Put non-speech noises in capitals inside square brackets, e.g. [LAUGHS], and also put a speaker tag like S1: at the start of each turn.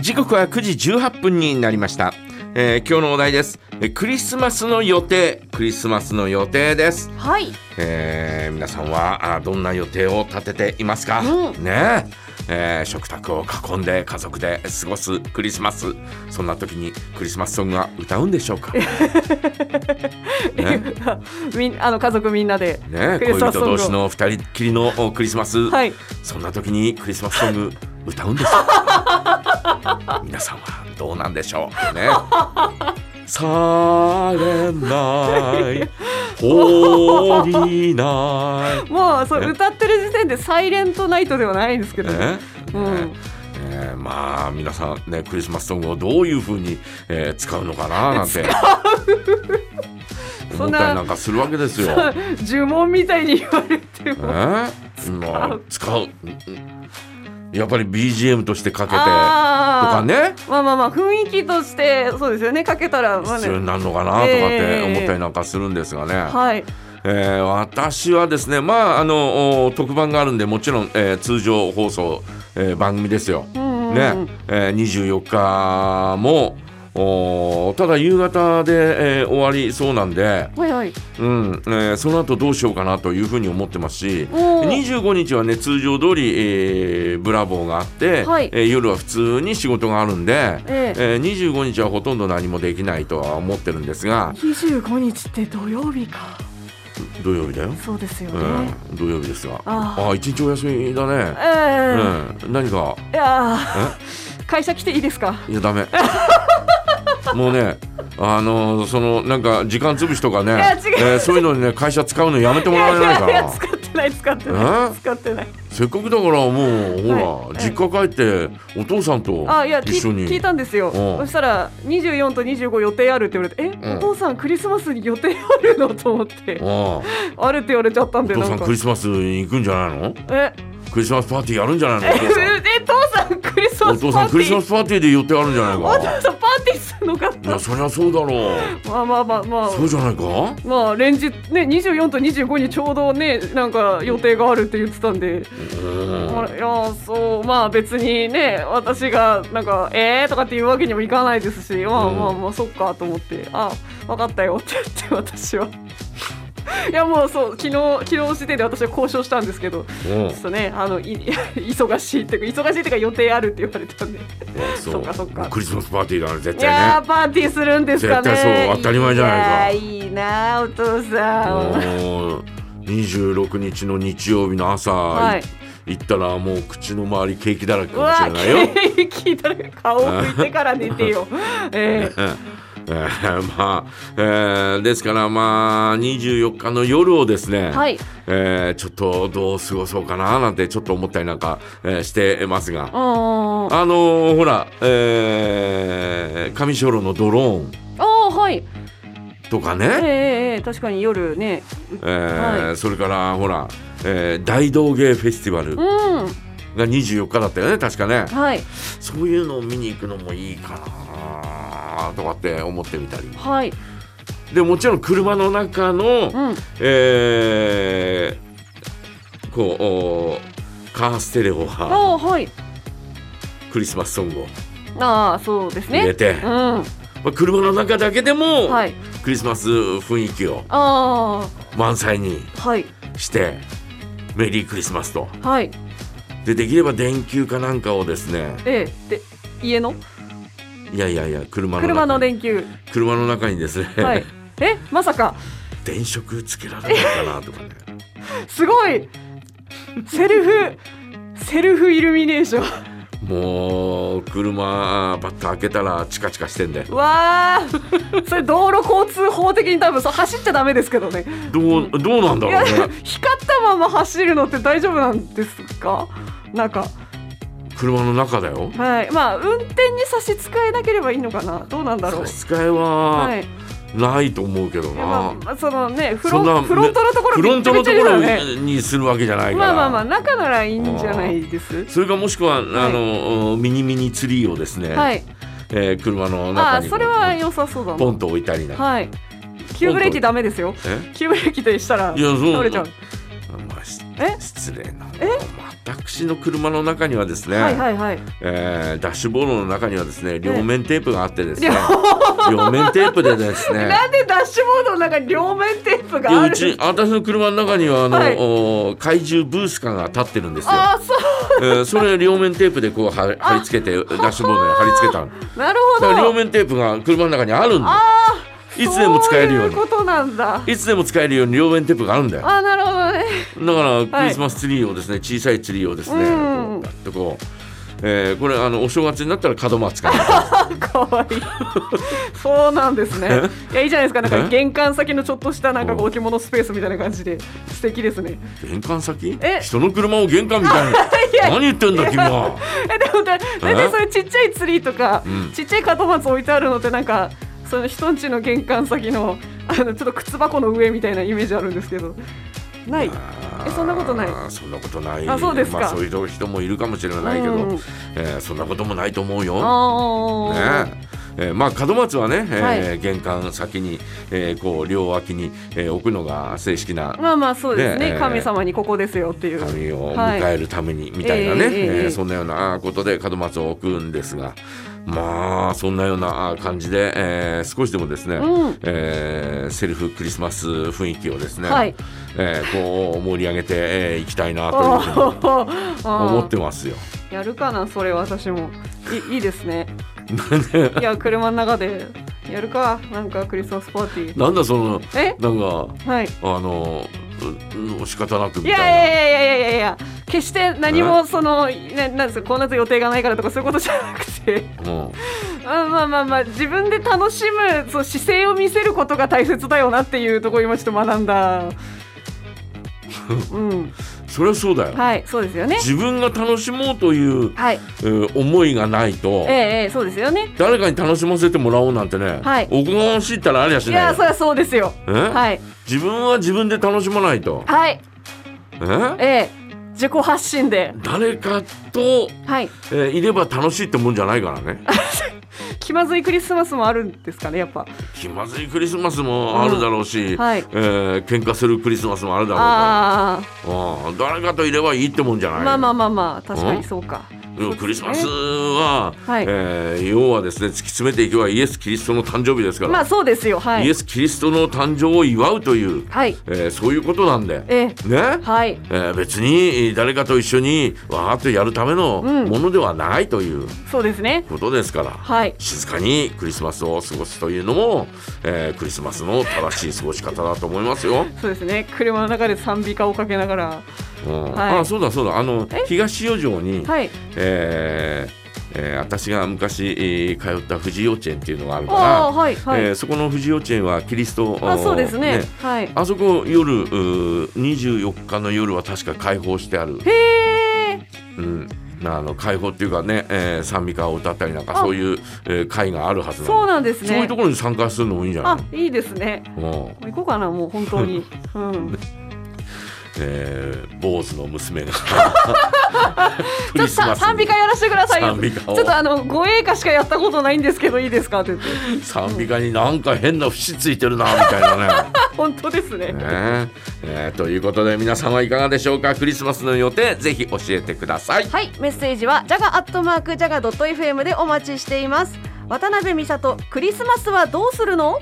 S1: 時刻は9時18分になりました、えー今日のお題ですえークリスマスの予定クリスマスの予定です、
S2: はい。
S1: えー皆さんはあーどんな予定を立てていますか、
S2: う
S1: ねええー食卓を囲んで家族で過ごすクリスマスそんな時にクリスマスソングは歌うんでしょう
S2: [LAUGHS]
S1: かねね
S2: [LAUGHS] みんあの家族みんなで。クリ
S1: 恋
S2: スマス
S1: 人
S2: ソングを
S1: 同士の二人っきりのおクリスマス、
S2: はい。
S1: そんな時にクリスマスソング [LAUGHS] 歌うんですか皆さんはどうなんでしょうね。されない、放りない。
S2: もうそう
S1: え
S2: 歌ってる時点でサイレントナイトではないんですけど。
S1: ね
S2: うん
S1: えーまあ皆さんねクリスマスソングをどういうふうに、えー使うのかななんて思
S2: そ
S1: っ
S2: んな
S1: たりなんかするわけですよ。
S2: [LAUGHS] 呪文みたいに言われて
S1: え
S2: も。
S1: まあ使うやっぱり BGM としてかけてとか
S2: あー
S1: ね
S2: まあまあまあ雰囲気としてそうですよねかけたらまあ
S1: 必要
S2: ね
S1: になるのかなとかって
S2: ええ
S1: 思ったりなんかするんですがね、
S2: はい
S1: えー私はですねまああのお特番があるんでもちろん、えー通常放送、えー番組ですよ。
S2: うんうんうん
S1: ねえー、24日もおーただ夕方で、えー終わりそうなんで、
S2: はいはい
S1: うんえーその後どうしようかなというふうに思ってますし
S2: おー
S1: 25日はね通常通り、えーブラボーがあって、
S2: はい
S1: えー夜は普通に仕事があるんで、
S2: ええ
S1: えー25日はほとんど何もできないとは思ってるんですが
S2: 25日って土曜日か
S1: 土曜日だよ、
S2: そうですよ
S1: う
S2: ね、
S1: ん、土曜日ですが
S2: あ
S1: ああ一日お休みだね、う
S2: ええ
S1: ん、何か
S2: いやー会社来ていいですか
S1: いやダメ [LAUGHS] もうねあのそのなんか時間潰しとかね
S2: や違う
S1: えーそういうのにね会社使うのやめてもらえないか
S2: いやいや
S1: な
S2: [LAUGHS] 使ってない使ってな
S1: え
S2: い使ってない
S1: せっかくだからもうほ
S2: は
S1: ら
S2: い
S1: 実家帰ってお父さんと
S2: あいや聞
S1: 一緒に
S2: 聞いたんですよ
S1: うん
S2: そしたら24と25予定あるって言われてえ、
S1: うん
S2: お父さんクリスマスに予定あるのと思って
S1: ああ
S2: あるって言われちゃったん
S1: お
S2: で
S1: 父
S2: な
S1: さ
S2: ん
S1: ん
S2: か
S1: クリスマスに行くんじゃないの
S2: え
S1: クリスマスパーティーやるんじゃない
S2: え
S1: のお父さん
S2: [LAUGHS] え父さんクリス
S1: お
S2: マスパ
S1: 父さん
S2: ーテ
S1: クリス
S2: ィ
S1: マ
S2: ー
S1: スパーティーで予定あるんじゃ
S2: お
S1: ないか
S2: 父さんパーティーするのか
S1: いやそりゃそうだろう
S2: まあまあまあまあ
S1: そうじゃないか
S2: まあ連日ね24と25にちょうどねなんか予定があるって言ってたんで、
S1: うん
S2: まあいやーそうまあ別にね私がなんかえーとかっていうわけにもいかないですしまあ
S1: うん
S2: まあまあそっかと思ってあ分かったよって言って私は。 [LAUGHS] いやもうそう昨日昨日時点で私は交渉したんですけど
S1: うん
S2: ちょっとねあのい [LAUGHS] 忙しいっていうか忙しいっていうか予定あるって言われたんで、
S1: そう
S2: そっかそっか
S1: もうクリスマスパーティーだね絶
S2: いや
S1: 対
S2: ーパーティーするんですかね
S1: 絶対そう当たり前じゃないか
S2: いやーいいなーお父さん、
S1: ねもう26日の日曜日の朝、
S2: はい
S1: 行ったらもう口の周りケーキだらけ
S2: う
S1: かも
S2: わ
S1: しれないよ。
S2: ケーキだら顔を拭いてから寝
S1: [LAUGHS]
S2: てよ。ええ
S1: えーまあえーですからまあ24日の夜をですね、
S2: はい
S1: えーちょっとどう過ごそうかななんてちょっと思ったりなんか、えーしてますが
S2: おー
S1: あのーほら、えー、上小路のドローン
S2: おーはい。
S1: とか
S2: ええ
S1: ね、
S2: ええ確かに夜ね。
S1: えー
S2: は
S1: それからほら、えー大道芸フェスティバル
S2: うん
S1: が24日だったよね確かね
S2: はい
S1: そういうのを見に行くのもいいかなとかって思ってみたり
S2: はい
S1: でもちろん車の中の、
S2: うん
S1: えーこうおカーステレオは
S2: おーはい。
S1: クリスマスソングを
S2: ああそうです
S1: 入れ
S2: ね。
S1: て、
S2: うん
S1: まあ、車の中だけでも、
S2: はい
S1: クリスマス雰囲気を
S2: あ
S1: 満載に
S2: あはい
S1: してメリークリスマスと
S2: はい
S1: でできれば電球かなんかをですね
S2: ええで家の
S1: いやいやいや車の中
S2: 車の
S1: に
S2: 電球
S1: 車の中にですね、
S2: はい。えまさか
S1: [LAUGHS] 電飾つけられるかなとかね
S2: すごいセルフセルフイルミネーション。 [LAUGHS]
S1: もう車パッと開けたらチカチカしてんで
S2: わあ、それ道路交通法的に多分そう走っちゃダメですけどね。
S1: どうどうなんだ
S2: いや、
S1: ろうね
S2: 光ったまま走るのって大丈夫なんですか？なんか、
S1: 車の中だよ
S2: はい、まあ運転に差し支えなければいいのかな。どうなんだろう
S1: 差。し支え
S2: はい
S1: は。ないと思うけどな、
S2: まあまあそのねフ
S1: そんな
S2: ロンフロントのところ
S1: フロントのところ
S2: びっちゃびちゃですよね
S1: にするわけじゃないから、
S2: まあまあまあ中ならいいんじゃないです。
S1: それかもしくはあ
S2: い
S1: の、ミニミニツリーをですね、
S2: はい。
S1: えー車の中
S2: あ、
S1: に
S2: それは良さそうだ
S1: ポ
S2: な。
S1: ンと置いたりなんか
S2: はい。急ブレーキダメですよ。
S1: え
S2: 急ブレーキでしたら
S1: いやそう
S2: 倒れちゃう。
S1: まあし
S2: え
S1: 失礼な
S2: え
S1: またか私の車の中にはですね、
S2: はいはいはい。
S1: えーダッシュボードの中にはですね両面テープがあってですね
S2: 両
S1: 両面テープでですね
S2: [LAUGHS] なんでダッシュボードの中に両面テープ
S1: いや
S2: があ
S1: う
S2: る
S1: ち私の車の中にはあの、
S2: はい
S1: お怪獣ブースカが立ってるんですよ、
S2: ああそう
S1: えーそれ両面テープでこうは貼り付けてダッシュボードに貼り付けたの
S2: なるほ
S1: だから両
S2: ど。
S1: 面テープが車の中にあるんだよ
S2: ああ
S1: いつでも使えるように
S2: そういうことなんだ。
S1: いつでも使えるように両面テープがあるんだよ
S2: あーなるほどね。
S1: だからクリスマスツリーをですね、小さいツリーをですね、
S2: う
S1: こ
S2: ん
S1: うやってこう、えーこれあのお正月になったら門松
S2: [LAUGHS]
S1: か
S2: 可愛いそうなんですねいやいいじゃないですかなんか
S1: え
S2: 玄関先のちょっとしたなんかこ
S1: お
S2: う
S1: う
S2: 置物スペースみたいな感じで素敵ですね
S1: な玄関先
S2: え
S1: 人の車を玄関みたい
S2: [LAUGHS] いや
S1: に何言ってんだ君は
S2: えでもだ大体そういうちっちゃいツリーとか、
S1: うん
S2: ちっちゃい門松置いてあるのってなんかその人んちの玄関先のあのちょっと靴箱の上みたいなイメージあるんですけどない [LAUGHS] えそんなことない
S1: あーそんなことない
S2: あそうですか
S1: まあ、そういう人もいるかもしれないけど、
S2: うん
S1: えーそんなこともないと思うよ、ね
S2: あー
S1: えーまあ門松はね、えー
S2: はい
S1: 玄関先に、えーこう両脇に、えー置くのが正式な
S2: まあまあそうですね
S1: ねえ
S2: 神様にここですよっていう
S1: 神を迎えるためにみたいなね、
S2: ええええ
S1: えーそんなようなことで門松を置くんですがまあそんなような感じで、えー少しでもですね、
S2: うん
S1: えーセルフクリスマス雰囲気をですね、
S2: はい
S1: えーこう盛り上げてい、えーいきたいなというふうに思
S2: 思
S1: ってますよ。
S2: やるかなそれ私もいいいですねいや車の中でやるかなんかクリスマスパーティー
S1: なんだその
S2: え
S1: なんか
S2: はい
S1: あのううん仕方なく
S2: い
S1: み
S2: やい
S1: たいな。
S2: やいやいやいやいや決して何もそのななんですかこの夏予定がないからとかそういうことじゃなくて
S1: うん
S2: うんまあまあまあ自分で楽しむそう姿勢を見せることが大切だよなっていうところを今ちょっと学
S1: [LAUGHS]
S2: んだうん
S1: それはそうだよ。
S2: はいそうですよね
S1: [LAUGHS] 自分が楽しもうという、
S2: はい
S1: えー思いがないと。
S2: ええええそうですよね
S1: 誰かに楽しませてもらおうなんてね、
S2: はい
S1: おこがましいったらありゃし
S2: い
S1: ない
S2: や
S1: よ
S2: そりゃそうですよ
S1: え
S2: はい
S1: 自分は自分で楽しまないと
S2: はい
S1: え
S2: ええ自己発信で
S1: 誰かと、
S2: はい
S1: えーいれば楽しいってもんじゃないから
S2: [LAUGHS]
S1: ね
S2: 気まずいクリスマスもあるんですかねやっぱ
S1: 気まずいクリスマスもあるだろうし、
S2: んはい
S1: えー喧嘩するクリスマスもあるだろうから
S2: あ
S1: うん誰かといればいいってもんじゃ
S2: あ
S1: ない、
S2: まあまあまあまあ確かにそうか
S1: でもクリスマスは、
S2: はい
S1: えー要はですね突き詰めていけばイエス・キリストの誕生日ですから、
S2: まあそうですよは
S1: イエ
S2: い
S1: ス・キリストの誕生を祝うという、
S2: はい
S1: えーそういうことなんで、
S2: え
S1: ね
S2: え、はい
S1: えー別に誰かと一緒にわーっとやるための
S2: うん
S1: ものではないという
S2: そうですね
S1: ことですから、
S2: はい
S1: 静かにクリスマスを過ごすというのも、えークリスマスの正しい過ごし方だと思いますよ。
S2: そうですね車の中で賛美歌をかけながら
S1: うん
S2: はい
S1: あそうだそうだあの
S2: え
S1: 東四条に、
S2: はい
S1: えーえー私が昔、えー通った富士幼稚園っていうのがあるから、
S2: ああはいはい、
S1: えーそこの富士幼稚園はキリスト
S2: あそうですね
S1: ね
S2: はい
S1: あそこ夜うー24日の夜は確か開放してある。
S2: へえ
S1: うん、あの解放っていうかね、えー賛美歌を歌ったりなんか
S2: あ
S1: そういう、えー会があるはずな
S2: そう
S1: の
S2: なんですね
S1: そういうところに参加するのもいいんじゃない
S2: あ
S1: の
S2: いいですね
S1: うん
S2: 行こうかなもう本当
S1: [LAUGHS]
S2: にうん
S1: えー、坊主の娘
S2: [LAUGHS]
S1: がク
S2: ちょ
S1: リ
S2: っと
S1: スマ
S2: さ
S1: ス
S2: 賛美歌やらせてくださいよ
S1: 賛美歌を
S2: ちょっとあの護衛歌しかやったことないんですけどいいですかって言って
S1: 賛美歌になんか変な節ついてるなみたいな
S2: [LAUGHS]
S1: ね。
S2: あ本当です
S1: ね
S2: ね
S1: えーということで皆さんはいかがでしょうかクリスマスの予定ぜひ教えてください。
S3: はい、メッセージはジャガアットマークジャガドット FM でお待ちしています。渡辺美里、クリスマスはどうするの？